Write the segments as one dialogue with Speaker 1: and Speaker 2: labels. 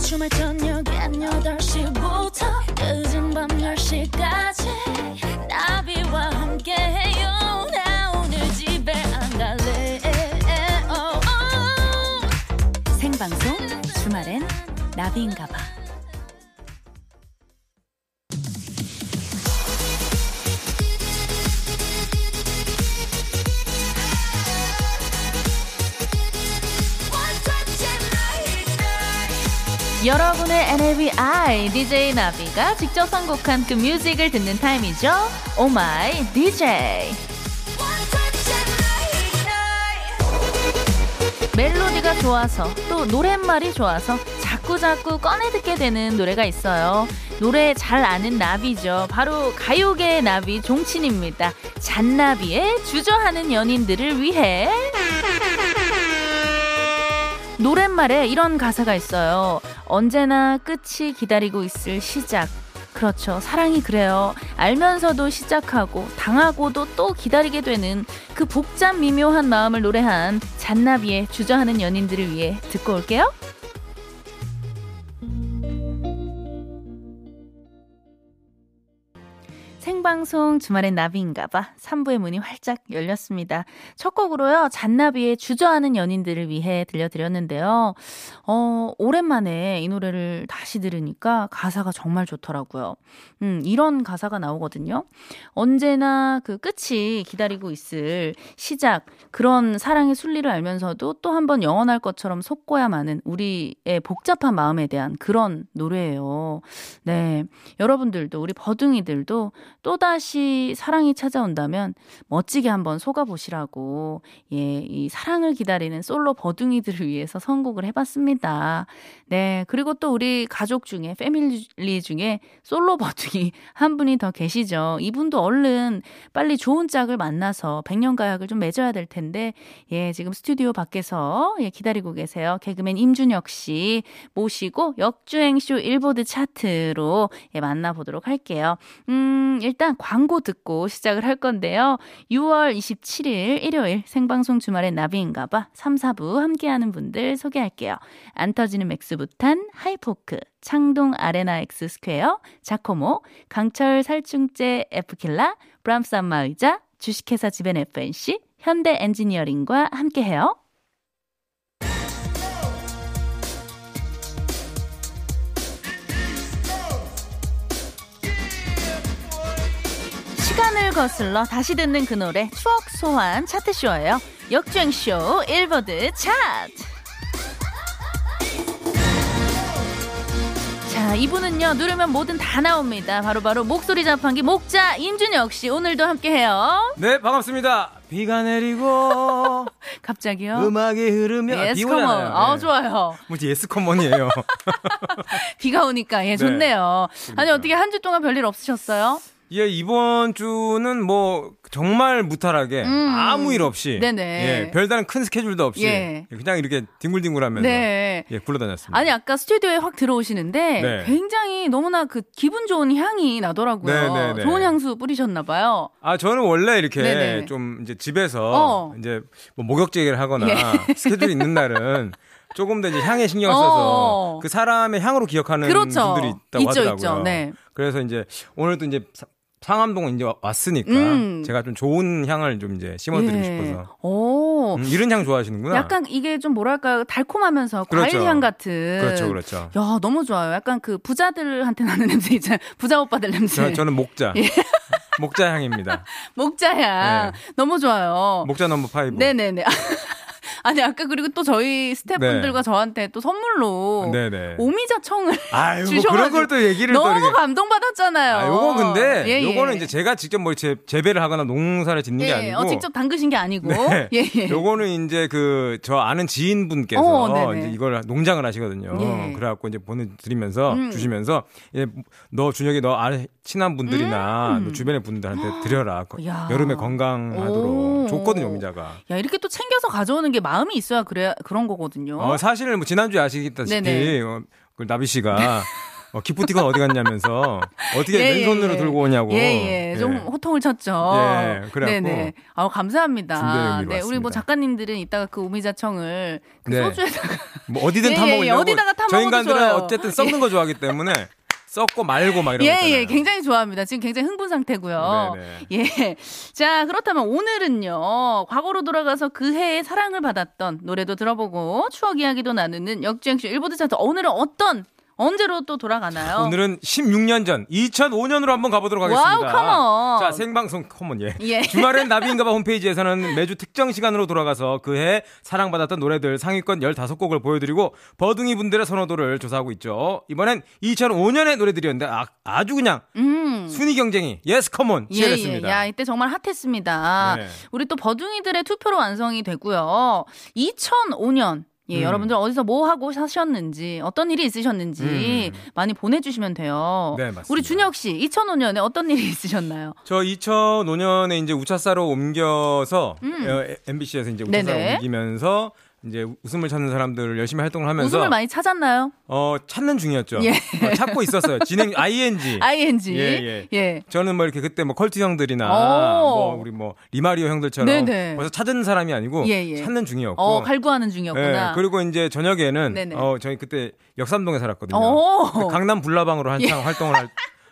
Speaker 1: 주말 저녁 엔 8시부터 늦은 밤 10시까지 나비와 함께해요 나 오늘 집에 안 갈래 어, 어.
Speaker 2: 생방송 주말엔 나비인가봐. 여러분의 NABI DJ 나비가 직접 선곡한 그 뮤직을 듣는 타임이죠. Oh 오마이 DJ. 멜로디가 좋아서 또 노랫말이 좋아서 자꾸자꾸 꺼내 듣게 되는 노래가 있어요. 노래 잘 아는 나비죠. 바로 가요계의 나비 종친입니다. 잔나비의 주저하는 연인들을 위해 노랫말에 이런 가사가 있어요. 언제나 끝이 기다리고 있을 시작. 그렇죠. 사랑이 그래요. 알면서도 시작하고 당하고도 또 기다리게 되는 그 복잡 미묘한 마음을 노래한 잔나비의 주저하는 연인들을 위해 듣고 올게요. 생방송 주말엔 나비인가봐 3부의 문이 활짝 열렸습니다. 첫 곡으로요 잔나비의 주저하는 연인들을 위해 들려드렸는데요. 어 오랜만에 이 노래를 다시 들으니까 가사가 정말 좋더라고요. 음 이런 가사가 나오거든요. 언제나 그 끝이 기다리고 있을 시작 그런 사랑의 순리를 알면서도 또 한 번 영원할 것처럼 속고야 마는 우리의 복잡한 마음에 대한 그런 노래예요. 네 여러분들도 우리 버둥이들도 또다시 사랑이 찾아온다면 멋지게 한번 속아보시라고, 예, 이 사랑을 기다리는 솔로 버둥이들을 위해서 선곡을 해봤습니다. 네, 그리고 또 우리 가족 중에, 패밀리 중에 솔로 버둥이 한 분이 더 계시죠. 이분도 얼른 빨리 좋은 짝을 만나서 백년 가약을 좀 맺어야 될 텐데, 예, 지금 스튜디오 밖에서 예, 기다리고 계세요. 개그맨 임준혁 씨 모시고 역주행쇼 일보드 차트로 예, 만나보도록 할게요. 음, 일단 광고 듣고 시작을 할 건데요. 6월 27일 일요일 생방송 주말의 나비인가봐 3, 4부 함께하는 분들 소개할게요. 안 터지는 맥스부탄, 하이포크, 창동 아레나 엑스 스퀘어, 자코모, 강철 살충제 에프킬라, 브람스 안마의자, 주식회사 지벤 FNC, 현대 엔지니어링과 함께해요. 시간을 거슬러 다시 듣는 그 노래 추억 소환 차트쇼예요. 역주행쇼 일보드 차트. 자, 이분은요. 누르면 뭐든 다 나옵니다. 바로바로 목소리 자판기 목자 임준혁 씨 오늘도 함께 해요.
Speaker 3: 네 반갑습니다. 비가 내리고
Speaker 2: 갑자기요.
Speaker 3: 음악이 흐르면
Speaker 2: 예스
Speaker 3: 비
Speaker 2: 컴온.
Speaker 3: 오잖아요.
Speaker 2: 아,
Speaker 3: 네.
Speaker 2: 좋아요.
Speaker 3: 뭐지 예스 커먼이에요.
Speaker 2: 비가 오니까 예, 좋네요. 아니, 어떻게 한 주 동안 별일 없으셨어요?
Speaker 3: 예 이번 주는 뭐 정말 무탈하게 아무 일 없이
Speaker 2: 음. 네네.
Speaker 3: 예, 별다른 큰 스케줄도 없이
Speaker 2: 예.
Speaker 3: 그냥 이렇게 뒹굴뒹굴하면서
Speaker 2: 네.
Speaker 3: 예 굴러다녔습니다.
Speaker 2: 아니 아까 스튜디오에 확 들어오시는데
Speaker 3: 네.
Speaker 2: 굉장히 너무나 그 기분 좋은 향이 나더라고요.
Speaker 3: 네, 네, 네.
Speaker 2: 좋은 향수 뿌리셨나 봐요.
Speaker 3: 아 저는 원래 이렇게
Speaker 2: 네네.
Speaker 3: 좀 이제 집에서
Speaker 2: 어.
Speaker 3: 이제 뭐 목욕제기를 하거나
Speaker 2: 예.
Speaker 3: 스케줄이 있는 날은 조금 더 이제 향에 신경을
Speaker 2: 어.
Speaker 3: 써서 그 사람의 향으로 기억하는
Speaker 2: 그렇죠.
Speaker 3: 분들이 있다고
Speaker 2: 있죠,
Speaker 3: 하더라고요.
Speaker 2: 있죠. 네.
Speaker 3: 그래서 이제 오늘도 이제 사- 상암동 이제 와- 왔으니까
Speaker 2: 음.
Speaker 3: 제가 좀 좋은 향을 좀 이제 심어드리고 싶어서
Speaker 2: 예. 오.
Speaker 3: 음, 이런 향 좋아하시는구나.
Speaker 2: 약간 이게 좀 뭐랄까요 달콤하면서
Speaker 3: 그렇죠.
Speaker 2: 과일 향 같은.
Speaker 3: 그렇죠, 그렇죠.
Speaker 2: 야 너무 좋아요. 약간 그 부자들한테 나는 냄새 있잖아요. 부자 오빠들 냄새.
Speaker 3: 저, 저는 목자
Speaker 2: 예.
Speaker 3: 목자 향입니다.
Speaker 2: 목자 향 너무 좋아요.
Speaker 3: 네. 목자 넘버 파이브.
Speaker 2: 어. 네네네. 아니 아까 그리고 또 저희 스태프분들과 저한테 또 선물로
Speaker 3: 네. 네네.
Speaker 2: 오미자 청을
Speaker 3: 아유, 뭐
Speaker 2: 주셔가지고
Speaker 3: 그런 걸 또 얘기를 또
Speaker 2: 너무
Speaker 3: 이렇게.
Speaker 2: 감동받았잖아요.
Speaker 3: 아, 요건 근데
Speaker 2: 예, 예.
Speaker 3: 요거는 이제 제가 직접 뭐 재, 재배를 하거나 농사를 짓는 게
Speaker 2: 예,
Speaker 3: 아니고
Speaker 2: 어, 직접 담그신 게 아니고
Speaker 3: 네.
Speaker 2: 예, 예.
Speaker 3: 요거는 이제 그 저 아는 지인분께서
Speaker 2: 어, 네네.
Speaker 3: 이제 이걸 농장을 하시거든요.
Speaker 2: 예.
Speaker 3: 그래갖고 이제 보내드리면서
Speaker 2: 음.
Speaker 3: 주시면서 예, 너 준혁이 너 아는 친한 분들이나 너 주변의 분들한테 드려라. 거-
Speaker 2: 음. 이야.
Speaker 3: 여름에 건강하도록
Speaker 2: 오.
Speaker 3: 좋거든요, 오미자가.
Speaker 2: 야 이렇게 또 챙겨서 가져오는 게 마음이 있어야 그래 그런 거거든요.
Speaker 3: 어, 사실 뭐 지난주에 아시다시피
Speaker 2: 네네.
Speaker 3: 어, 그 나비 씨가 어, 기프티콘 어디 갔냐면서 어떻게
Speaker 2: 예, 예,
Speaker 3: 맨손으로
Speaker 2: 예.
Speaker 3: 들고 오냐고.
Speaker 2: 예, 예. 좀 호통을 쳤죠.
Speaker 3: 예, 그래갖고
Speaker 2: 네네. 아우, 감사합니다.
Speaker 3: 준비된 의미로
Speaker 2: 네, 우리 뭐
Speaker 3: 왔습니다.
Speaker 2: 작가님들은 이따가 그 오미자청을 그
Speaker 3: 네.
Speaker 2: 소주에다가.
Speaker 3: 뭐 어디든
Speaker 2: 예,
Speaker 3: 타
Speaker 2: 예,
Speaker 3: 먹으려고.
Speaker 2: 예, 어디다가 타
Speaker 3: 저
Speaker 2: 먹어도
Speaker 3: 인간들은
Speaker 2: 좋아요.
Speaker 3: 어쨌든 썩는 거 좋아하기 때문에 썩고 말고 막 이런
Speaker 2: 예,
Speaker 3: 거.
Speaker 2: 예.
Speaker 3: 있잖아요.
Speaker 2: 굉장히 좋아합니다. 지금 굉장히 흥분 상태고요.
Speaker 3: 네네.
Speaker 2: 예. 자, 그렇다면 오늘은요. 과거로 돌아가서 그 해에 사랑을 받았던 노래도 들어보고 추억 이야기도 나누는 역주행쇼 일보드 차트. 오늘은 어떤, 언제로 또 돌아가나요?
Speaker 3: 오늘은 16년 전 2005년으로 한번 가보도록 하겠습니다.
Speaker 2: 어. 와우, 컴온.
Speaker 3: 자 생방송 컴온 예.
Speaker 2: 예.
Speaker 3: 주말엔 나비인가봐 홈페이지에서는 매주 특정 시간으로 돌아가서 그해 사랑받았던 노래들 상위권 15곡을 보여드리고 버둥이 분들의 선호도를 조사하고 있죠. 이번엔 2005년의 노래들이었는데 아, 주 그냥
Speaker 2: 음.
Speaker 3: 순위 경쟁이 예스 컴온 치열했습니다.
Speaker 2: 예, 예. 야, 이때 정말 핫했습니다.
Speaker 3: 네.
Speaker 2: 우리 또 버둥이들의 투표로 완성이 되고요. 2005년. 예,
Speaker 3: 음.
Speaker 2: 여러분들 어디서 뭐 하고 사셨는지, 어떤 일이 있으셨는지 많이 보내주시면 돼요.
Speaker 3: 음. 네, 맞습니다.
Speaker 2: 우리 준혁 씨, 2005년에 어떤 일이 있으셨나요?
Speaker 3: 저 2005년에 이제 우차사로 옮겨서 어, MBC에서 이제 우차사로
Speaker 2: 음. 네네.
Speaker 3: 옮기면서 이제 웃음을 찾는 사람들을 열심히 활동을 하면서
Speaker 2: 웃음을 많이 찾았나요?
Speaker 3: 어, 찾는 중이었죠.
Speaker 2: 예. 아.
Speaker 3: 어, 찾고 있었어요. 진행 ing.
Speaker 2: ING.
Speaker 3: 예, 저는 뭐 이렇게 그때 뭐 컬트
Speaker 2: 오.
Speaker 3: 형들이나 뭐 우리 뭐 리마리오 형들처럼
Speaker 2: 네네.
Speaker 3: 벌써 찾은 사람이 아니고
Speaker 2: 예, 예.
Speaker 3: 찾는 중이었고.
Speaker 2: 어, 갈구하는
Speaker 3: 예,
Speaker 2: 중이었구나.
Speaker 3: 그리고 이제 저녁에는
Speaker 2: 네네. 어.
Speaker 3: 어, 저희 그때 역삼동에 살았거든요.
Speaker 2: 오.
Speaker 3: 그 강남 불나방으로 한창 활동을 할,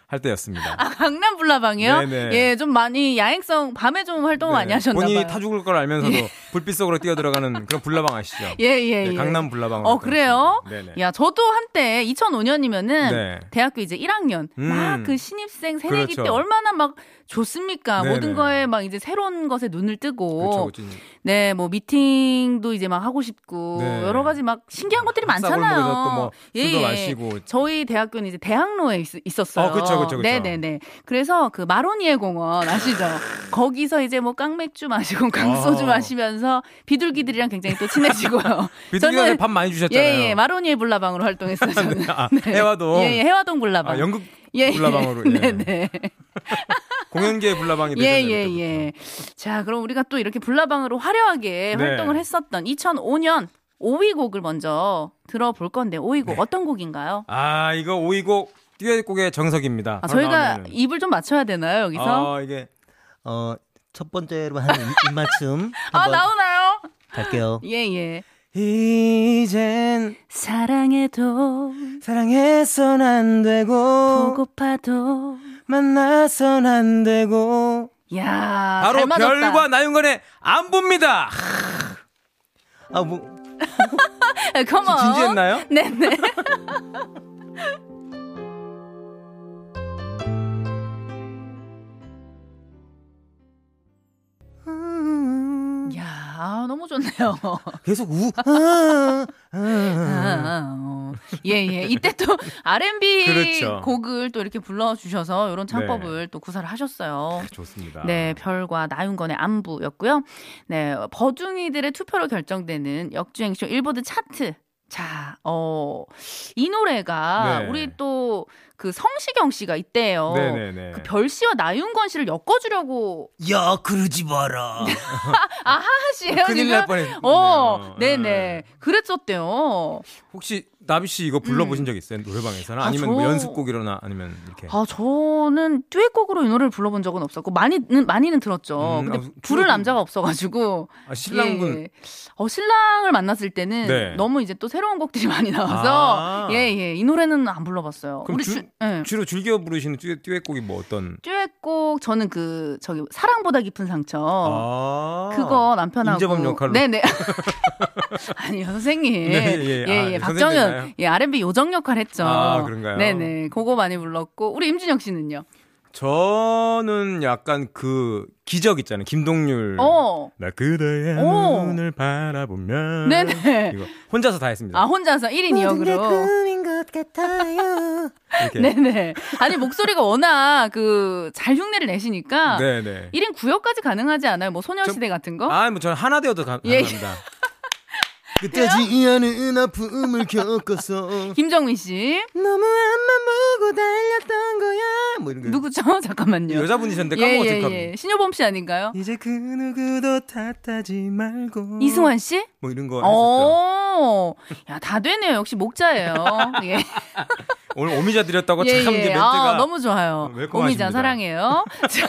Speaker 3: 할 때였습니다.
Speaker 2: 예. 아, 강남 불나방이요?
Speaker 3: 네네.
Speaker 2: 예, 좀 많이 야행성, 밤에 좀 활동을 많이
Speaker 3: 네,
Speaker 2: 하셨나 봐요.
Speaker 3: 본인이 타 죽을 걸 알면서도 불빛 속으로 뛰어 들어가는 그런 불나방 아시죠?
Speaker 2: 예, 예,
Speaker 3: 네,
Speaker 2: 예.
Speaker 3: 강남 불나방.
Speaker 2: 어, 그래요?
Speaker 3: 네네.
Speaker 2: 야, 저도 한때 2005년이면은
Speaker 3: 네.
Speaker 2: 대학교 이제 1학년
Speaker 3: 음.
Speaker 2: 막 그 신입생 새내기
Speaker 3: 그렇죠.
Speaker 2: 때 얼마나 막 좋습니까?
Speaker 3: 네네.
Speaker 2: 모든 거에 막 이제 새로운 것에 눈을 뜨고
Speaker 3: 그렇죠. 그렇죠.
Speaker 2: 네, 뭐 미팅도 이제 막 하고 싶고
Speaker 3: 네.
Speaker 2: 여러 가지 막 신기한 것들이
Speaker 3: 학사골목에서
Speaker 2: 많잖아요. 예,
Speaker 3: 또뭐 술도 마시고.
Speaker 2: 저희 대학교는 이제 대학로에 있, 었어요
Speaker 3: 어, 그쵸, 그쵸, 그쵸.
Speaker 2: 네, 네, 네. 그래서 그 마로니에 공원 아시죠? 거기서 이제 뭐 깡맥주 마시고 깡소주
Speaker 3: 어.
Speaker 2: 마시면요 비둘기들이랑 굉장히 또 친해지고요.
Speaker 3: 비둘기한테 밥 많이 주셨잖아요.
Speaker 2: 예, 예. 마로니에 불나방으로 활동했어요. 저는.
Speaker 3: 아, 해와동.
Speaker 2: 예, 예. 해화동 불나방.
Speaker 3: 아, 연극
Speaker 2: 예, 예.
Speaker 3: 불나방으로. 예.
Speaker 2: 네, 네.
Speaker 3: 공연계 불나방이
Speaker 2: 예,
Speaker 3: 되셨네요.
Speaker 2: 예,
Speaker 3: 그때부터.
Speaker 2: 예. 자, 그럼 우리가 또 이렇게 불나방으로 화려하게
Speaker 3: 그렇죠. 네.
Speaker 2: 활동을 했었던 2005년 5위 곡을 먼저 들어볼 건데 5위
Speaker 3: 네.
Speaker 2: 곡 어떤 곡인가요?
Speaker 3: 아 이거 오이곡 듀엣곡의 정석입니다.
Speaker 2: 아,
Speaker 3: 바로
Speaker 2: 저희가
Speaker 3: 나오면은.
Speaker 2: 입을 좀 맞춰야 되나요, 여기서?
Speaker 3: 아 이게
Speaker 4: 어, 첫 번째로 하는 입- 입맞춤
Speaker 2: 아,
Speaker 4: 한번
Speaker 2: 나오나요?
Speaker 4: 갈게요.
Speaker 2: 예, 예.
Speaker 4: 이젠
Speaker 2: 사랑해도
Speaker 4: 사랑해선 안 되고
Speaker 2: 보고파도
Speaker 4: 만나선 안 되고
Speaker 2: 야,
Speaker 3: 바로
Speaker 2: 아, 잘 맞았다.
Speaker 3: 별과 나윤건의 안 봅니다.
Speaker 4: 아뭐
Speaker 2: 컴온.
Speaker 3: 진지했나요?
Speaker 2: 네, 네. 야, 너무 좋네요.
Speaker 4: 계속 우 아,
Speaker 2: 아,
Speaker 4: 아.
Speaker 2: 어. 예, 예. 이때 또 R&B
Speaker 3: 그렇죠. 네.
Speaker 2: 곡을 또 이렇게 불러주셔서 이런 창법을 또 구사를 하셨어요.
Speaker 3: 좋습니다.
Speaker 2: 네, 별과 나윤건의 안부였고요. 네, 버둥이들의 투표로 결정되는 역주행쇼 일보드 차트. 자, 어, 이 노래가
Speaker 3: 네.
Speaker 2: 우리 또 그 성시경 씨가 이때요.
Speaker 3: 네네네.
Speaker 2: 그 별 씨와 나윤건 씨를 엮어주려고
Speaker 4: 야 그러지 마라.
Speaker 2: 하시에요
Speaker 3: 뭐 큰일 날
Speaker 2: 지금?
Speaker 3: 뻔했네요.
Speaker 2: 어, 네네.
Speaker 3: 네.
Speaker 2: 그랬었대요.
Speaker 3: 혹시 나비 씨 이거 불러보신 적 있어요?
Speaker 2: 음.
Speaker 3: 노래방에서나
Speaker 2: 아,
Speaker 3: 아니면
Speaker 2: 저-
Speaker 3: 뭐 연습곡이로나 아니면 이렇게.
Speaker 2: 아, 저는 듀엣곡으로 이 노래를 불러본 적은 없었고, 많이는, 많이는 들었죠.
Speaker 3: 음,
Speaker 2: 근데
Speaker 3: 아,
Speaker 2: 부를
Speaker 3: 주로-
Speaker 2: 남자가 없어가지고.
Speaker 3: 아, 신랑분
Speaker 2: 예, 예. 어, 신랑을 만났을 때는
Speaker 3: 네.
Speaker 2: 너무 이제 또 새로운 곡들이 많이 나와서
Speaker 3: 아.
Speaker 2: 예, 예. 이 노래는 안 불러봤어요.
Speaker 3: 그럼
Speaker 2: 우리
Speaker 3: 주-
Speaker 2: 주, 예.
Speaker 3: 주로 즐겨 부르시는 듀엣, 듀엣곡이 뭐 어떤?
Speaker 2: 듀엣곡 저는 그 저기 사랑보다 깊은 상처.
Speaker 3: 아
Speaker 2: 어, 그거 남편하고
Speaker 3: 임재범 역할로.
Speaker 2: 네네 아니요 선생님
Speaker 3: 네,
Speaker 2: 예예
Speaker 3: 예, 예. 아, 예,
Speaker 2: 박정현
Speaker 3: 선생님인가요?
Speaker 2: 예 R&B 요정 역할 했죠
Speaker 3: 아, 그런가요?
Speaker 2: 네네 그거 많이 불렀고 우리 임준혁 씨는요
Speaker 3: 저는 약간 그 기적 있잖아요. 김동률.
Speaker 2: 어
Speaker 3: 나 그대의
Speaker 2: 오.
Speaker 3: 눈을 바라보면
Speaker 2: 네네
Speaker 3: 이거 혼자서 다 했습니다.
Speaker 2: 아 혼자서 1인 2역으로
Speaker 4: 꿈인 것 같아요.
Speaker 3: 이렇게.
Speaker 2: 네네. 아니, 목소리가 워낙 그, 잘 흉내를 내시니까.
Speaker 3: 네, 네.
Speaker 2: 1인 구역까지 가능하지 않아요? 뭐, 소녀시대 같은 거?
Speaker 3: 아, 뭐 저는 하나 되어도 가,
Speaker 2: 예.
Speaker 3: 감사합니다.
Speaker 4: 끝까지 않은 아픔을 겪어서
Speaker 2: 김정민 씨.
Speaker 4: 너무 앞만 보고 달렸던 거야. 뭐 이런 거.
Speaker 2: 누구죠? 잠깐만요.
Speaker 3: 네. 여자분이셨는데 그
Speaker 2: 예,
Speaker 3: 까먹었을
Speaker 2: 예,
Speaker 3: 까
Speaker 2: 예. 신효범 씨 아닌가요?
Speaker 4: 이제 그 누구도 탓하지
Speaker 3: 음.
Speaker 4: 말고
Speaker 2: 이승환 씨?
Speaker 3: 뭐 이런 거 했었죠.
Speaker 2: 어. 야, 다 되네요. 역시 목자예요. 예.
Speaker 3: 오늘 오미자 드렸다고 참 이제 멘트가 어,
Speaker 2: 아, 너무 좋아요.
Speaker 3: 매콤하십니다.
Speaker 2: 오미자 사랑해요. 자,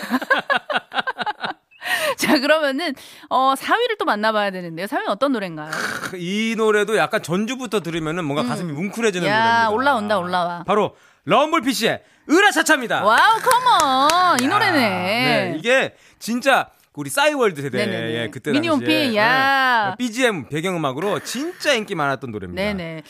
Speaker 2: 자, 그러면은 어 4위를 또 만나봐야 되는데요. 4위는 어떤 노래인가요?
Speaker 3: 이 노래도 약간 전주부터 들으면은 뭔가 가슴이 뭉클해지는
Speaker 2: 음. 야,
Speaker 3: 노래입니다.
Speaker 2: 올라온다, 올라와.
Speaker 3: 바로 럼블피쉬의 으라차차입니다.
Speaker 2: 와우, 컴온 이
Speaker 3: 야,
Speaker 2: 노래네.
Speaker 3: 네, 이게 진짜 우리 싸이월드 세대
Speaker 2: 네네네.
Speaker 3: 예, 그때
Speaker 2: 미니홈피,
Speaker 3: 당시에
Speaker 2: 야.
Speaker 3: 예, BGM 배경음악으로 진짜 인기 많았던 노래입니다.
Speaker 2: 네네.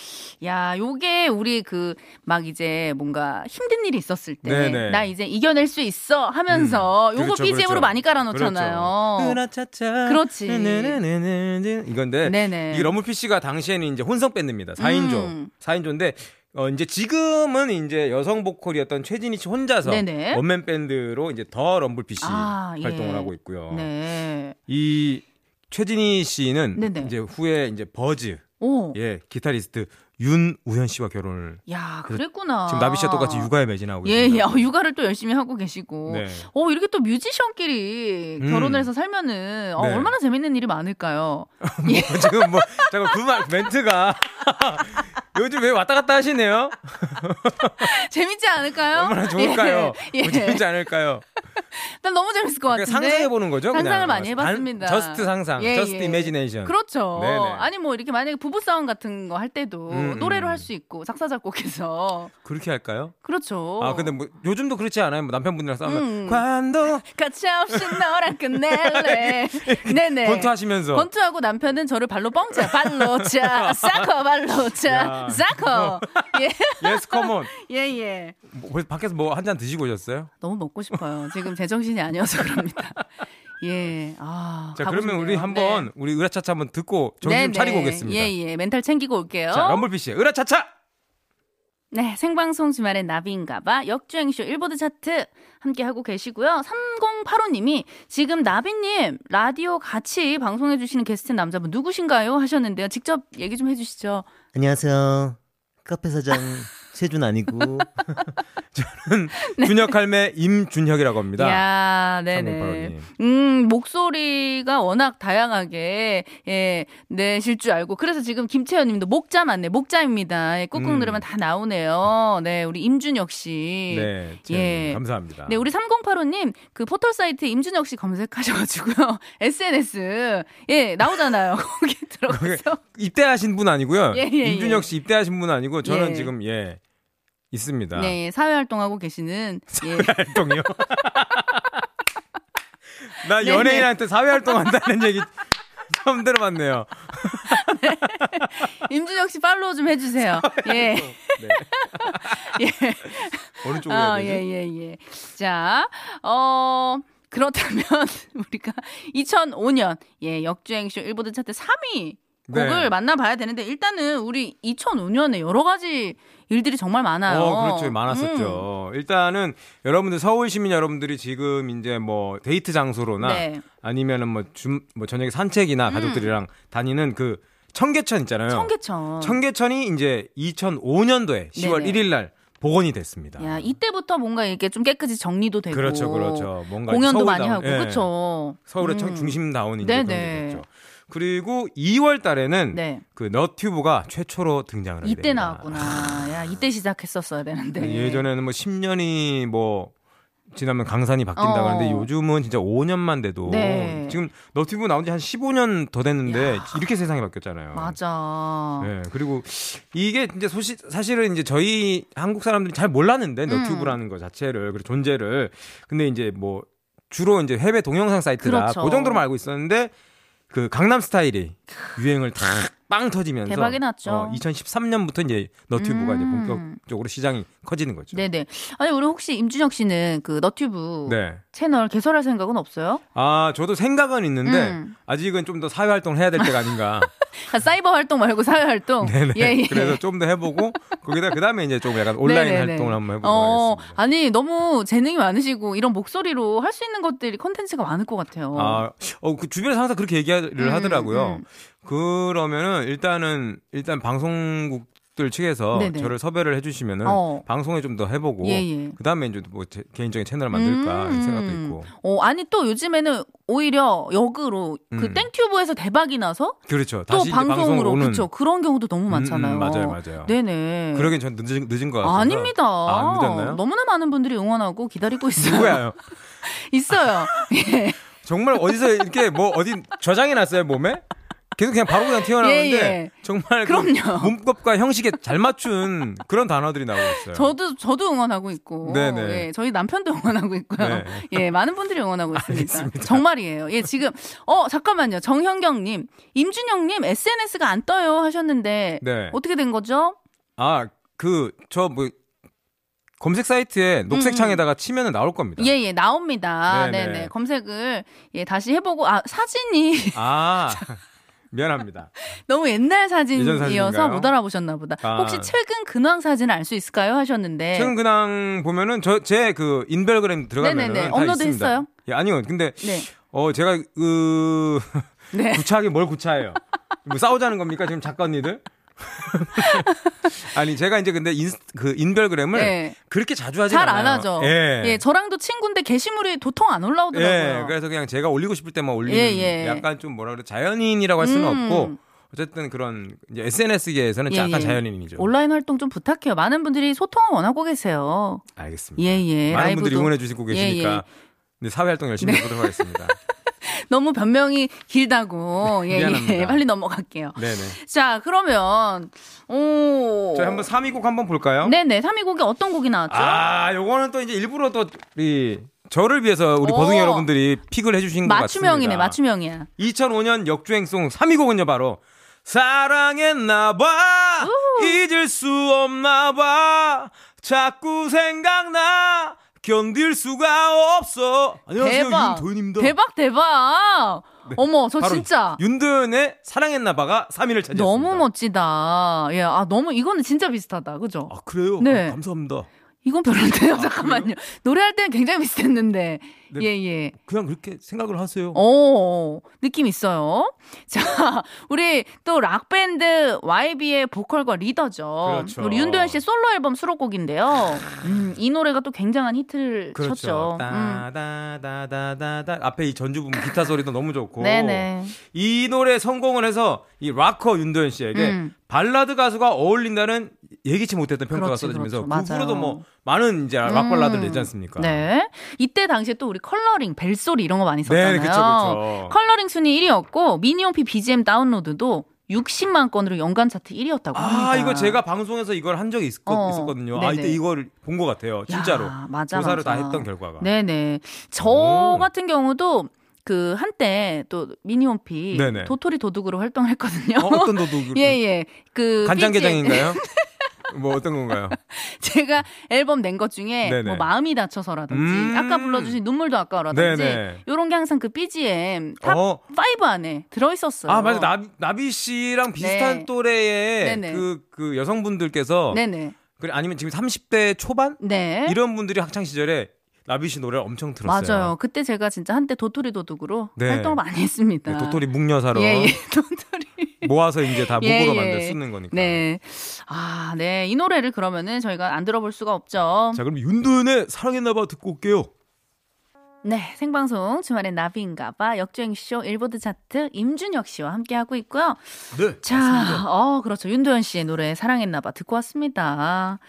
Speaker 2: 야, 요게 우리 그 막 이제 뭔가 힘든 일이 있었을 때
Speaker 3: 네네.
Speaker 2: 나 이제 이겨낼 수 있어 하면서
Speaker 3: 음,
Speaker 2: 요거
Speaker 3: 그렇죠,
Speaker 2: BGM으로
Speaker 3: 그렇죠.
Speaker 2: 많이 깔아놓잖아요.
Speaker 3: 그렇죠. 으라차차.
Speaker 2: 그렇지.
Speaker 3: 네네네네. 이건데
Speaker 2: 네네.
Speaker 3: 이 럼블피쉬가 당시에는 이제 혼성 밴드입니다. 4인조.
Speaker 2: 음.
Speaker 3: 4인조인데 어 이제 지금은 이제 여성 보컬이었던 최진희 씨 혼자서
Speaker 2: 네네.
Speaker 3: 원맨 밴드로 이제 더 럼블피쉬
Speaker 2: 아, 예.
Speaker 3: 활동을 하고 있고요.
Speaker 2: 네.
Speaker 3: 이 최진희 씨는
Speaker 2: 네네.
Speaker 3: 이제 후에 이제 버즈
Speaker 2: 오.
Speaker 3: 예 기타리스트 윤우현 씨와 결혼을
Speaker 2: 야, 그랬구나.
Speaker 3: 지금 나비 씨와 똑같이 육아에 매진하고
Speaker 2: 예, 예.
Speaker 3: 있습니다.
Speaker 2: 어, 육아를 또 열심히 하고 계시고.
Speaker 3: 네.
Speaker 2: 어, 이렇게 또 뮤지션끼리
Speaker 3: 음.
Speaker 2: 결혼을 해서 살면은 어,
Speaker 3: 네.
Speaker 2: 얼마나 재밌는 일이 많을까요? 예.
Speaker 3: 지금 뭐 잠깐 그말 멘트가 요즘 왜 왔다 갔다 하시네요?
Speaker 2: 재밌지 않을까요?
Speaker 3: 얼마나 좋을까요?
Speaker 2: 어?
Speaker 3: 어, 뭐
Speaker 2: 예. 예.
Speaker 3: 재밌지 않을까요? 그러니까
Speaker 2: 난 너무 재밌을 것 같은데.
Speaker 3: 상상해 보는 거죠. 그냥.
Speaker 2: 상상을 많이
Speaker 3: 단-
Speaker 2: 해봤습니다.
Speaker 3: 저스트 상상,
Speaker 2: 예,
Speaker 3: 저스트
Speaker 2: 예.
Speaker 3: 이미지네이션.
Speaker 2: 그렇죠.
Speaker 3: 네네.
Speaker 2: 아니 뭐 이렇게 만약에 부부 싸움 같은 거 할 때도
Speaker 3: 음, 음.
Speaker 2: 노래로 할 수 있고 작사 작곡해서
Speaker 3: 그렇게 할까요?
Speaker 2: 그렇죠.
Speaker 3: 아 근데 뭐 요즘도 그렇지 않아요? 뭐 남편분이랑 싸우면
Speaker 2: 음.
Speaker 3: 관도
Speaker 2: 같이 없이 너랑 끝낼래. 네네.
Speaker 3: 권투하시면서
Speaker 2: 권투하고 남편은 저를 발로 뻥차, 발로 차, 싸커 발로 차,
Speaker 3: 야.
Speaker 2: 싸커. 예,
Speaker 3: 예스 컴온
Speaker 2: 예, 예.
Speaker 3: 뭐, 벌써 밖에서 뭐 한 잔 드시고 오셨어요?
Speaker 2: 너무 먹고 싶어요. 지금 제정신이 아니어서 그럽니다. 예, 아.
Speaker 3: 자
Speaker 2: 가고
Speaker 3: 그러면 우리
Speaker 2: 싶네요.
Speaker 3: 한번
Speaker 2: 네.
Speaker 3: 우리 으라차차 한번 듣고 정신 좀
Speaker 2: 네네.
Speaker 3: 차리고 오겠습니다.
Speaker 2: 예, 예. 멘탈 챙기고 올게요.
Speaker 3: 자 럼블피쉬 의 으라차차.
Speaker 2: 네, 생방송 주말엔 나비인가봐 역주행쇼 일보드 차트 함께하고 계시고요. 3085님이 지금 나비님 라디오 같이 방송해주시는 게스트 남자분 누구신가요? 하셨는데요. 직접 얘기 좀 해주시죠.
Speaker 4: 안녕하세요. 카페 사장 세준 아니고
Speaker 3: 준혁 할매 임준혁이라고 합니다.
Speaker 2: 네. 이야, 네네.
Speaker 3: 삼공팔오님.
Speaker 2: 음, 목소리가 워낙 다양하게, 예, 내실 줄 알고. 그래서 지금 김채연 님도 목자 맞네. 목자입니다. 예, 꾹꾹
Speaker 3: 음.
Speaker 2: 누르면 다 나오네요. 네, 우리 임준혁 씨.
Speaker 3: 네,
Speaker 2: 예.
Speaker 3: 예. 감사합니다.
Speaker 2: 네, 우리 3085님, 그 포털 사이트 임준혁 씨 검색하셔가지고요. SNS, 예, 나오잖아요. 거기 들어가서.
Speaker 3: 입대하신 분 아니고요.
Speaker 2: 예, 예,
Speaker 3: 임준혁 씨 입대하신 분 아니고 저는
Speaker 2: 예.
Speaker 3: 지금 예 있습니다.
Speaker 2: 네, 예, 사회활동하고 계시는, 예.
Speaker 3: 아. 활동이요. 나
Speaker 2: 네네.
Speaker 3: 연예인한테 사회 활동한다는 얘기 처음 들어봤네요.
Speaker 2: 임준혁 씨 팔로우 좀 해주세요. 예.
Speaker 3: 네.
Speaker 2: 예.
Speaker 3: 어느 쪽으로 해야
Speaker 2: 아,
Speaker 3: 되지?
Speaker 2: 예, 예, 예. 자, 어, 그렇다면 우리가 2005년, 예, 역주행쇼 일보드 차트 3위.
Speaker 3: 네.
Speaker 2: 곡을 만나봐야 되는데 일단은 우리 2005년에 여러 가지 일들이 정말 많아요.
Speaker 3: 어, 그렇죠.
Speaker 2: 음,
Speaker 3: 많았었죠. 일단은 여러분들 서울 시민 여러분들이 지금 이제 뭐 데이트 장소로나
Speaker 2: 네. 음.
Speaker 3: 아니면은 뭐 줌, 뭐 저녁에 산책이나 가족들이랑 다니는 그 청계천 있잖아요.
Speaker 2: 청계천.
Speaker 3: 청계천이 이제 2005년도에 10월
Speaker 2: 네네.
Speaker 3: 1일 날 복원이 됐습니다.
Speaker 2: 야, 이때부터 뭔가 이렇게 좀 깨끗이 정리도 되고.
Speaker 3: 그렇죠, 그렇죠. 뭔가
Speaker 2: 공연도
Speaker 3: 서울
Speaker 2: 많이
Speaker 3: 다운-
Speaker 2: 하고.
Speaker 3: 예.
Speaker 2: 그렇죠.
Speaker 3: 서울의
Speaker 2: 음.
Speaker 3: 청 중심다운 이제 그런 게
Speaker 2: 네네.
Speaker 3: 됐죠. 그리고 2월 달에는
Speaker 2: 네.
Speaker 3: 그 너튜브가 최초로 등장을 하게
Speaker 2: 이때
Speaker 3: 됩니다.
Speaker 2: 나왔구나. 야, 이때 시작했었어야 되는데.
Speaker 3: 예전에는 뭐 10년이 뭐 지나면 강산이 바뀐다
Speaker 2: 어.
Speaker 3: 그러는데 요즘은 진짜 5년만 돼도
Speaker 2: 네.
Speaker 3: 지금 너튜브 나온 지 한 15년 더 됐는데 이렇게 세상이 바뀌었잖아요.
Speaker 2: 맞아.
Speaker 3: 예, 그리고 이게 이제 소시, 사실은 이제 저희 한국 사람들이 잘 몰랐는데
Speaker 2: 음.
Speaker 3: 너튜브라는 것 자체를 그리고 존재를 근데 이제 뭐 주로 이제 해외 동영상 사이트라
Speaker 2: 그렇죠.
Speaker 3: 그 정도로만 알고 있었는데 그 강남 스타일이 유행을 탁 빵 터지면서 어,
Speaker 2: 대박이 났죠.
Speaker 3: 2013년부터 이제 너튜브가 이제
Speaker 2: 음.
Speaker 3: 본격적으로 시장이 커지는 거죠.
Speaker 2: 네네. 아니 우리 혹시 임준혁 씨는 그 너튜브
Speaker 3: 그렇죠. 네.
Speaker 2: 채널 개설할 생각은 없어요?
Speaker 3: 아, 저도 생각은 있는데
Speaker 2: 음.
Speaker 3: 아직은 좀 더 사회 활동을 해야 될 때가 아닌가.
Speaker 2: 아, 사이버 활동 말고 사회 활동.
Speaker 3: 네네.
Speaker 2: 예, 예.
Speaker 3: 그래서 좀 더 해보고 거기다 그다음에 이제 좀 약간 온라인
Speaker 2: 네네네.
Speaker 3: 활동을 한번 해보도록
Speaker 2: 어,
Speaker 3: 하겠습니다.
Speaker 2: 아니 너무 재능이 많으시고 이런 목소리로 할 수 있는 것들이 컨텐츠가 많을 것 같아요.
Speaker 3: 아, 어, 그 주변에서 항상 그렇게 얘기를
Speaker 2: 음,
Speaker 3: 하더라고요.
Speaker 2: 음.
Speaker 3: 그러면은 일단은 일단 방송국 가족들 측에서
Speaker 2: 네네.
Speaker 3: 저를 섭외를 해주시면은
Speaker 2: 어.
Speaker 3: 방송에 좀 더 해보고
Speaker 2: 예, 예.
Speaker 3: 그 다음에 이제 뭐 제- 개인적인 채널을 만들까 이런 생각도
Speaker 2: 음.
Speaker 3: 있고
Speaker 2: 어, 아니 또 요즘에는 오히려 역으로 그
Speaker 3: 음.
Speaker 2: 땡튜브에서 대박이 나서
Speaker 3: 그렇죠.
Speaker 2: 또
Speaker 3: 다시 이제 방송으로
Speaker 2: 방송으로
Speaker 3: 오는
Speaker 2: 그렇죠. 그런 경우도 너무
Speaker 3: 음,
Speaker 2: 많잖아요.
Speaker 3: 음, 맞아요, 맞아요.
Speaker 2: 네네.
Speaker 3: 그러긴 전 늦은 늦은 것 같아요.
Speaker 2: 아닙니다.
Speaker 3: 아, 안 늦었나요?
Speaker 2: 너무나 많은 분들이 응원하고 기다리고 있어요.
Speaker 3: 누구야?
Speaker 2: 있어요. 예.
Speaker 3: 정말 어디서 이렇게 뭐 어디 저장해 놨어요 몸에? 계속 그냥 바로 그냥 튀어나오는데
Speaker 2: 예, 예.
Speaker 3: 정말 그
Speaker 2: 그럼요.
Speaker 3: 문법과 형식에 잘 맞춘 그런 단어들이 나오고 있어요.
Speaker 2: 저도 저도 응원하고 있고,
Speaker 3: 네네.
Speaker 2: 예, 저희 남편도 응원하고 있고요.
Speaker 3: 네.
Speaker 2: 예, 많은 분들이 응원하고 있습니다.
Speaker 3: 알겠습니다.
Speaker 2: 정말이에요. 예, 지금 어 잠깐만요, 정현경님, 임준영님 SNS가 안 떠요 하셨는데
Speaker 3: 네.
Speaker 2: 어떻게 된 거죠?
Speaker 3: 아그 저 뭐 검색 사이트에 녹색 창에다가 치면은 나올 겁니다.
Speaker 2: 음, 예, 예, 나옵니다.
Speaker 3: 네네.
Speaker 2: 네네. 검색을 예 다시 해보고 아 사진이
Speaker 3: 아 미안합니다.
Speaker 2: 너무 옛날
Speaker 3: 예전
Speaker 2: 사진이어서
Speaker 3: 사진인가요?
Speaker 2: 못 알아보셨나 보다.
Speaker 3: 아.
Speaker 2: 혹시 최근 근황 사진을 알 수 있을까요? 하셨는데.
Speaker 3: 최근 그냥 보면은 저 제 그 인별그램 들어가면은
Speaker 2: 네네네.
Speaker 3: 다
Speaker 2: 업로드
Speaker 3: 있습니다.
Speaker 2: 했어요?
Speaker 3: 예, 아니요. 근데
Speaker 2: 네.
Speaker 3: 어 제가 그
Speaker 2: 네.
Speaker 3: 구차하게 뭘 구차해요? 뭐 싸우자는 겁니까 지금 작가 언니들? 아니 제가 이제 근데 인, 그 인별그램을
Speaker 2: 네.
Speaker 3: 그렇게 자주 하지
Speaker 2: 잘
Speaker 3: 않아요.
Speaker 2: 안 하죠.
Speaker 3: 예. 예.
Speaker 2: 저랑도 친구인데 게시물이 도통 안 올라오더라고요.
Speaker 3: 그래서 그냥 제가 올리고 싶을 때만 올리는
Speaker 2: 예, 예.
Speaker 3: 약간 좀 뭐라 그래 자연인이라고 할 수는
Speaker 2: 음.
Speaker 3: 없고 어쨌든 그런 이제 SNS계에서는
Speaker 2: 예,
Speaker 3: 약간
Speaker 2: 예.
Speaker 3: 자연인이죠.
Speaker 2: 온라인 활동 좀 부탁해요. 많은 분들이 소통을 원하고 계세요.
Speaker 3: 알겠습니다.
Speaker 2: 예, 예.
Speaker 3: 많은 분들이
Speaker 2: 라이브도.
Speaker 3: 응원해 주시고 계시니까
Speaker 2: 예, 예.
Speaker 3: 네, 사회 활동 열심히 해보도록 하겠습니다.
Speaker 2: 너무 변명이 길다고. 예, 예.
Speaker 3: 미안합니다.
Speaker 2: 빨리 넘어갈게요.
Speaker 3: 네네.
Speaker 2: 자, 그러면, 오.
Speaker 3: 저희 한번 3위 곡 한번 볼까요?
Speaker 2: 네네. 3위 곡이 어떤 곡이 나왔죠?
Speaker 3: 아, 요거는 또 이제 일부러 또 우리 저를 위해서 우리 버둥이
Speaker 2: 오.
Speaker 3: 여러분들이 픽을 해주신 것 같습니다.
Speaker 2: 맞춤형이네, 맞춤형이야.
Speaker 3: 2005년 역주행송 3위 곡은요 바로 사랑했나봐 잊을 수 없나봐 자꾸 생각나 견딜 수가 없어 안녕하세요
Speaker 2: 대박.
Speaker 3: 윤도현입니다. 네.
Speaker 2: 대박, 대박. 어머, 저
Speaker 3: 바로 네,
Speaker 2: 진짜.
Speaker 3: 윤도현의 사랑했나봐가 3위를 차지했습니다.
Speaker 2: 너무 멋지다. 예, 아, 너무, 이거는 진짜 비슷하다. 그죠?
Speaker 3: 아 그래요?
Speaker 2: 네.
Speaker 3: 아, 감사합니다.
Speaker 2: 이건 별론데요. 잠깐만요. 노래할 때는 굉장히 비슷했는데.
Speaker 3: 네.
Speaker 2: 예, 예.
Speaker 3: 그냥 그렇게 생각을 하세요.
Speaker 2: 오, 느낌 있어요. 자, 우리 또 락밴드 YB의 보컬과 리더죠.
Speaker 3: 그렇죠. 아.
Speaker 2: 우리 윤도현 씨의 솔로 앨범 수록곡인데요. 음, 이 노래가 또 굉장한 히트를 쳤죠. 음.
Speaker 3: 따다다다다다 그렇죠. 앞에 이 전주 부분 기타 소리도 너무 좋고.
Speaker 2: 네네.
Speaker 3: 이 노래 성공을 해서 이 락커 윤도현 씨에게
Speaker 2: 음.
Speaker 3: 발라드 가수가 어울린다는 예기치 못했던 평가가
Speaker 2: 그렇지, 그렇죠.
Speaker 3: 쏟아지면서 그
Speaker 2: 맞아요.
Speaker 3: 후로도 뭐 많은 이제 락 발라드를
Speaker 2: 음.
Speaker 3: 내지 않습니까?
Speaker 2: 네. 이때 당시에 또 우리 컬러링, 벨소리 이런 거 많이 썼잖아요.
Speaker 3: 네, 그쵸, 그쵸.
Speaker 2: 컬러링 순위 1위였고 미니홈피 BGM 다운로드도 60만 건으로 연간 차트 1위였다고 합니다.
Speaker 3: 아, 이거 제가 방송에서 이걸 한 적이 있었,
Speaker 2: 어,
Speaker 3: 거든요 아,
Speaker 2: 네네.
Speaker 3: 이때 이걸 본 것 같아요. 진짜로.
Speaker 2: 야, 맞아,
Speaker 3: 조사를
Speaker 2: 맞아.
Speaker 3: 다 했던 결과가.
Speaker 2: 네네. 저
Speaker 3: 오.
Speaker 2: 같은 경우도 그 한때 또 미니홈피
Speaker 3: 네네.
Speaker 2: 도토리 도둑으로 활동을 했거든요.
Speaker 3: 어, 어떤 도둑?
Speaker 2: 예예. 그 BGM
Speaker 3: 간장게장인가요? 뭐 어떤 건가요?
Speaker 2: 제가 앨범 낸 것 중에
Speaker 3: 네네.
Speaker 2: 뭐 마음이 다쳐서라든지
Speaker 3: 음.
Speaker 2: 아까 불러주신 눈물도 아까워라든지
Speaker 3: 네네.
Speaker 2: 이런 게 항상 그 BGM 탑
Speaker 3: 어.
Speaker 2: 5 안에 들어있었어요.
Speaker 3: 아, 맞아. 나비, 나비 씨랑 비슷한
Speaker 2: 네.
Speaker 3: 또래의
Speaker 2: 네네.
Speaker 3: 그, 그 여성분들께서
Speaker 2: 네네.
Speaker 3: 그래, 아니면 지금 30대 초반?
Speaker 2: 네.
Speaker 3: 이런 분들이 학창 시절에 나비 씨 노래를 엄청 들었어요.
Speaker 2: 맞아요. 그때 제가 진짜 한때 도토리 도둑으로
Speaker 3: 네.
Speaker 2: 활동을 많이 했습니다.
Speaker 3: 네, 도토리 묵녀사로
Speaker 2: 아. 예, 예, 도토리.
Speaker 3: 모아서 이제 다
Speaker 2: 예,
Speaker 3: 목으로
Speaker 2: 예.
Speaker 3: 만들 쓰는 거니까.
Speaker 2: 네. 아, 네. 이 노래를 그러면은 저희가 안 들어볼 수가 없죠.
Speaker 3: 자, 그럼 윤도현의 사랑했나봐 듣고 올게요.
Speaker 2: 네. 생방송 주말엔 나비인가봐 역주행쇼 일보드 차트 임준혁 씨와 함께하고 있고요.
Speaker 3: 네.
Speaker 2: 자, 어, 그렇죠. 윤도현 씨의 노래 사랑했나봐 듣고 왔습니다.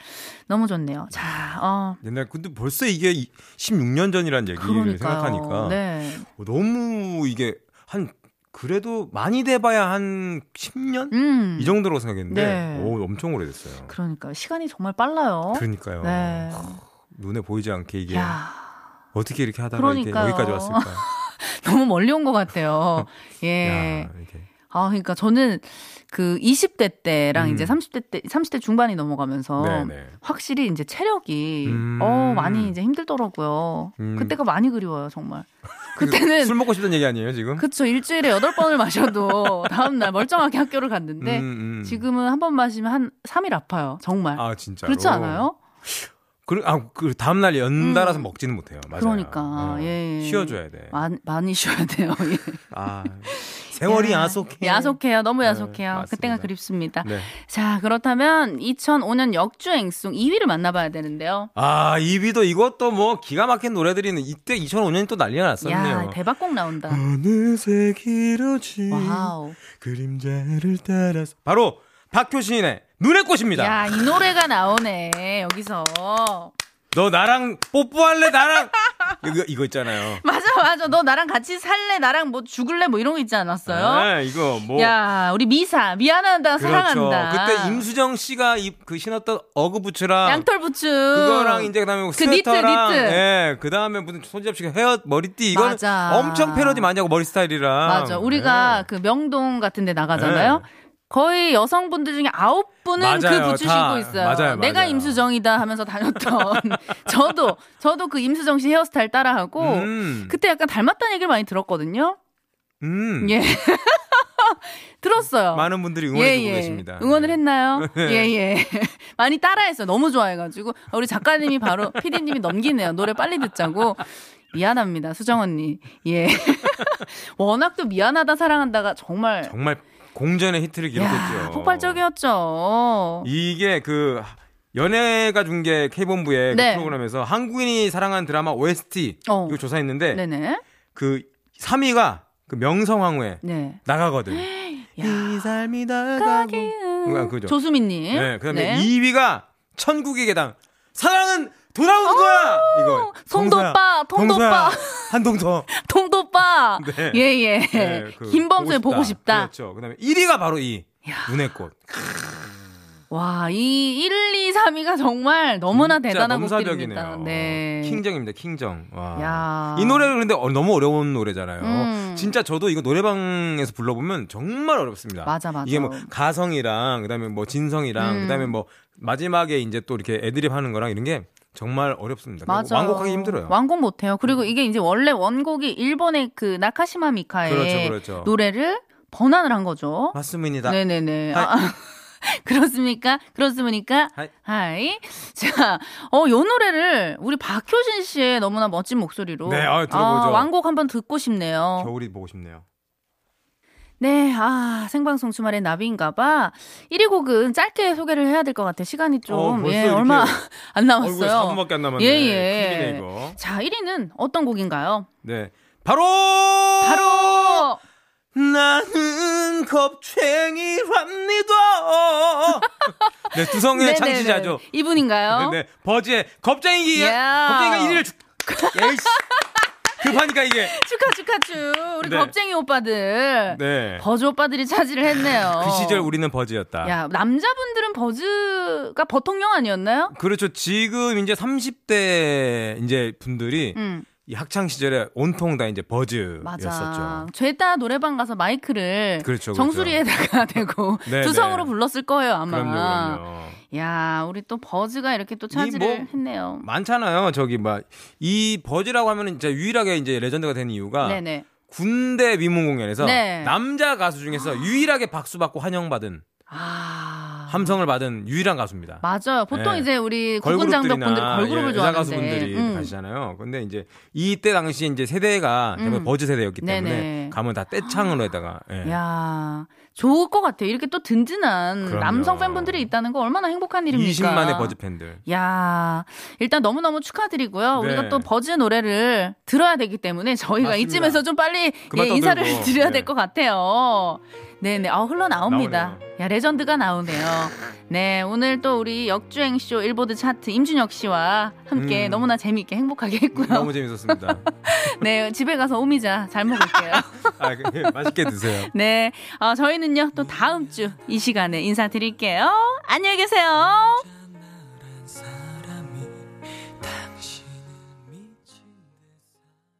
Speaker 2: 너무 좋네요. 자, 어.
Speaker 3: 옛날 근데 벌써 이게 16년 네, 전이란 얘기를
Speaker 2: 그러니까요.
Speaker 3: 생각하니까
Speaker 2: 네.
Speaker 3: 어, 너무 이게 한 그래도 많이 돼봐야 한 10년
Speaker 2: 음.
Speaker 3: 이 정도로 생각했는데
Speaker 2: 네.
Speaker 3: 오 엄청 오래됐어요.
Speaker 2: 그러니까 시간이 정말 빨라요.
Speaker 3: 그러니까요.
Speaker 2: 어? 네.
Speaker 3: 눈에 보이지 않게 이게
Speaker 2: 야.
Speaker 3: 어떻게 이렇게 하다가 이렇게
Speaker 2: 그러니까요.
Speaker 3: 여기까지 왔을까?
Speaker 2: 너무 멀리 온 것 같아요. 예.
Speaker 3: 야, 이렇게.
Speaker 2: 아, 그러니까 저는 그 20대 때랑
Speaker 3: 음.
Speaker 2: 이제 30대 때, 30대 중반이 넘어가면서
Speaker 3: 네네.
Speaker 2: 확실히 이제 체력이
Speaker 3: 음.
Speaker 2: 어, 많이 이제 힘들더라고요.
Speaker 3: 음.
Speaker 2: 그때가 많이 그리워요, 정말. 그때는
Speaker 3: 술 먹고 싶다는 얘기 아니에요 지금?
Speaker 2: 그쵸 일주일에 여덟 번을 마셔도 다음 날 멀쩡하게 학교를 갔는데
Speaker 3: 음, 음.
Speaker 2: 네. 지금은 한 번 마시면 한 3일 아파요, 정말.
Speaker 3: 아 진짜
Speaker 2: 그렇지 않아요?
Speaker 3: 그, 아, 그 다음 날 연달아서 먹지는 못해요. 어. 맞아요. 네.
Speaker 2: 그러니까, 예, 예.
Speaker 3: 쉬어줘야 돼. 네.
Speaker 2: 많- 많이 쉬어야 돼요. 예.
Speaker 3: 아, 세월이 야속해.
Speaker 2: 야속해요. 너무
Speaker 3: 네,
Speaker 2: 야속해요.
Speaker 3: 맞습니다.
Speaker 2: 그때가 그립습니다.
Speaker 3: 네.
Speaker 2: 자, 그렇다면 2005년 역주행송 2위를 만나봐야 되는데요.
Speaker 3: 아, 2위도 이것도 뭐 기가 막힌 노래들이는 이때 2005년이 또 난리가
Speaker 2: 야,
Speaker 3: 났었네요. 음.
Speaker 2: 대박곡 나온다.
Speaker 3: 어느새 길어진
Speaker 2: 와우.
Speaker 3: 그림자를 따라서 바로 박효신의 눈의 꽃입니다.
Speaker 2: 야, 이 노래가 나오네. 여기서.
Speaker 3: 너 나랑 뽀뽀할래 나랑 이거 이거 있잖아요.
Speaker 2: 맞아, 맞아. 너 나랑 같이 살래? 나랑 뭐 죽을래? 뭐 이런 거 있지 않았어요?
Speaker 3: 네, 이거 뭐 그렇죠.
Speaker 2: 야, 우리 미사. 미안하다. 사랑한다.
Speaker 3: 그때 임수정 씨가 입, 그 신었던 어그 부츠랑
Speaker 2: 양털 부츠.
Speaker 3: 그거랑 이제 그다음에 뭐
Speaker 2: 그 니트,
Speaker 3: 스웨터랑
Speaker 2: 니트.
Speaker 3: 예, 그다음에 무슨 손잡 씨가 헤어 머리띠 이건
Speaker 2: 맞아.
Speaker 3: 엄청 패러디 많이 하고 머리 스타일이랑
Speaker 2: 맞아. 우리가
Speaker 3: 예.
Speaker 2: 그 명동 같은 데 나가잖아요. 거의 여성분들 중에 아홉 분은
Speaker 3: 네. 맞아요.
Speaker 2: 그 부츠
Speaker 3: 다.
Speaker 2: 신고 있어요.
Speaker 3: 맞아요,
Speaker 2: 내가
Speaker 3: 맞아요.
Speaker 2: 임수정이다 하면서 다녔던 저도 저도 그 임수정 씨 헤어스타일 따라하고
Speaker 3: 음.
Speaker 2: 그때 약간 닮았다는 얘기를 많이 들었거든요.
Speaker 3: 음.
Speaker 2: 예. 들었어요.
Speaker 3: 많은 분들이 응원해
Speaker 2: 예,
Speaker 3: 주고
Speaker 2: 예.
Speaker 3: 계십니다. 네.
Speaker 2: 응원을 했나요? 예, 예. 많이 따라했어요. 너무 좋아해가지고. 아, 우리 작가님이 바로, 피디님이 넘기네요. 노래 빨리 듣자고. 미안합니다, 수정 언니. 예. 워낙 또 미안하다, 사랑한다가 정말.
Speaker 3: 정말 공전의 히트를
Speaker 2: 야,
Speaker 3: 기록했죠.
Speaker 2: 폭발적이었죠.
Speaker 3: 이게 그 연예가 중계 K본부의
Speaker 2: 네.
Speaker 3: 그 프로그램에서 한국인이 사랑한 드라마 OST
Speaker 2: 어.
Speaker 3: 이거 조사했는데
Speaker 2: 네네.
Speaker 3: 그 3위가 그 명성황후에
Speaker 2: 네.
Speaker 3: 나가거든.
Speaker 2: 야.
Speaker 4: 이 삶이
Speaker 3: 그
Speaker 4: 다가고
Speaker 2: 가기는.
Speaker 3: 음, 아, 그죠.
Speaker 2: 조수민님.
Speaker 3: 네, 그다음에 2위가 천국의 계단. 사랑은 돌아오는 거야. 이거
Speaker 2: 어! 송도빠, 통도빠.
Speaker 3: 한동서.
Speaker 2: 통도빠.
Speaker 3: 네. 그
Speaker 2: 예, 예. 김범수의 보고 싶다.
Speaker 3: 그렇죠. 그다음에 1위가 바로 이 눈의 꽃.
Speaker 2: 와, 이 1, 2, 3위가 정말 너무나
Speaker 3: 진짜
Speaker 2: 대단한
Speaker 3: 넘사벽이네요.
Speaker 2: 곡들입니다. 네.
Speaker 3: 킹정입니다. 킹정. 와.
Speaker 2: 야.
Speaker 3: 이 노래는 근데 어- 너무 어려운 노래잖아요.
Speaker 2: 음.
Speaker 3: 진짜 저도 이거 노래방에서 불러보면 정말 어렵습니다.
Speaker 2: 맞아, 맞아.
Speaker 3: 이게 뭐 가성이랑 그다음에 뭐 진성이랑
Speaker 2: 음.
Speaker 3: 그다음에 뭐 마지막에 이제 또 이렇게 애드립 하는 거랑 이런 게 정말 어렵습니다.
Speaker 2: 맞아.
Speaker 3: 완곡하기 힘들어요. 음.
Speaker 2: 완곡 못해요. 그리고 이게 이제 원래 원곡이 일본의 그 나카시마 미카의
Speaker 3: 그렇죠, 그렇죠.
Speaker 2: 노래를 번안을 한 거죠.
Speaker 3: 맞습니다.
Speaker 2: 네네네.
Speaker 3: 하이.
Speaker 2: 아, 그렇습니까? 그렇습니까?
Speaker 3: 하이.
Speaker 2: 하이. 자, 어, 요 노래를 우리 박효신 씨의 너무나 멋진 목소리로.
Speaker 3: 네, 아, 들어보죠.
Speaker 2: 아, 완곡 한번 듣고 싶네요.
Speaker 3: 겨울이 보고 싶네요.
Speaker 2: 네, 아, 생방송 주말의 나비인가봐. 1위 곡은 짧게 소개를 해야 될 것 같아요. 시간이 좀,
Speaker 3: 어, 벌써
Speaker 2: 예,
Speaker 3: 이렇게
Speaker 2: 얼마 안
Speaker 3: 얼굴
Speaker 2: 남았어요.
Speaker 3: 4분밖에 안 남았네.
Speaker 2: 예, 예.
Speaker 3: 큰일이네, 이거.
Speaker 2: 자, 1위는 어떤 곡인가요? 어,
Speaker 3: 네. 바로 어,
Speaker 2: 바로!
Speaker 3: 나는 겁쟁이랍니다. 네, 두성의
Speaker 2: 네네네.
Speaker 3: 창시자죠.
Speaker 2: 이분인가요?
Speaker 3: 네, 네. 버즈의 겁쟁이.
Speaker 2: 야.
Speaker 3: 겁쟁이가 1위를 주... 에이씨. 급하니까 이게.
Speaker 2: 축하, 축하, 축. 우리
Speaker 3: 네.
Speaker 2: 겁쟁이 오빠들.
Speaker 3: 네.
Speaker 2: 버즈 오빠들이 차지를 했네요.
Speaker 3: 그 시절 우리는 아. 버즈였다.
Speaker 2: 어. 야, 남자분들은 버즈가 버통령 아니었나요?
Speaker 3: 그렇죠. 지금 이제 30대 이제 분들이
Speaker 2: 음,
Speaker 3: 이 학창 시절에 온통 다 이제 버즈였었죠.
Speaker 2: 맞아. 죄다 노래방 가서 마이크를
Speaker 3: 그렇죠, 그렇죠.
Speaker 2: 정수리에다가 대고
Speaker 3: 네,
Speaker 2: 두성으로
Speaker 3: 네.
Speaker 2: 불렀을 거예요, 아마.
Speaker 3: 그럼요, 그럼요.
Speaker 2: 야, 우리 또 버즈가 이렇게 또 차지를
Speaker 3: 뭐-
Speaker 2: 했네요.
Speaker 3: 많잖아요. 저기 막 이 버즈라고 하면은 진짜 유일하게 이제 레전드가 된 이유가
Speaker 2: 네네.
Speaker 3: 군대 위문 공연에서
Speaker 2: 네.
Speaker 3: 남자 가수 중에서 유일하게 박수 받고 환영받은
Speaker 2: 아.
Speaker 3: 함성을 받은 유일한 가수입니다.
Speaker 2: 맞아요. 보통
Speaker 3: 네.
Speaker 2: 이제 우리 국군 장벽분들
Speaker 3: 걸그룹들이나 예,
Speaker 2: 걸그룹을
Speaker 3: 여자
Speaker 2: 좋아하는데.
Speaker 3: 가수분들이
Speaker 2: 음.
Speaker 3: 가시잖아요. 근데 이제 이때 당시 이제 세대가 대부분
Speaker 2: 음.
Speaker 3: 버즈 세대였기 때문에
Speaker 2: 네네.
Speaker 3: 가면 다 떼창으로에다가 예.
Speaker 2: 야, 좋을 것 같아요. 이렇게 또 든든한
Speaker 3: 그럼요.
Speaker 2: 남성 팬분들이 있다는 거 얼마나 행복한 일입니까?
Speaker 3: 20만의 버즈 팬들.
Speaker 2: 야, 일단 너무너무 축하드리고요.
Speaker 3: 네.
Speaker 2: 우리가 또 버즈 노래를 들어야 되기 때문에 저희가
Speaker 3: 맞습니다.
Speaker 2: 이쯤에서 좀 빨리
Speaker 3: 그만
Speaker 2: 예, 인사를
Speaker 3: 떠들고.
Speaker 2: 드려야
Speaker 3: 네.
Speaker 2: 될 것 같아요. 네네, 아, 흘러나옵니다.
Speaker 3: 나오네요.
Speaker 2: 야, 레전드가 나오네요. 네, 오늘 또 우리 역주행쇼 일보드 차트 임준혁 씨와 함께
Speaker 3: 음.
Speaker 2: 너무나 재미있게 행복하게 했고요.
Speaker 3: 너무 재밌었습니다.
Speaker 2: 네, 집에 가서 오미자 잘 먹을게요. 아,
Speaker 3: 아, 그, 맛있게 드세요.
Speaker 2: 네, 어, 저희는요, 또 다음 주 이 시간에 인사드릴게요. 안녕히 계세요.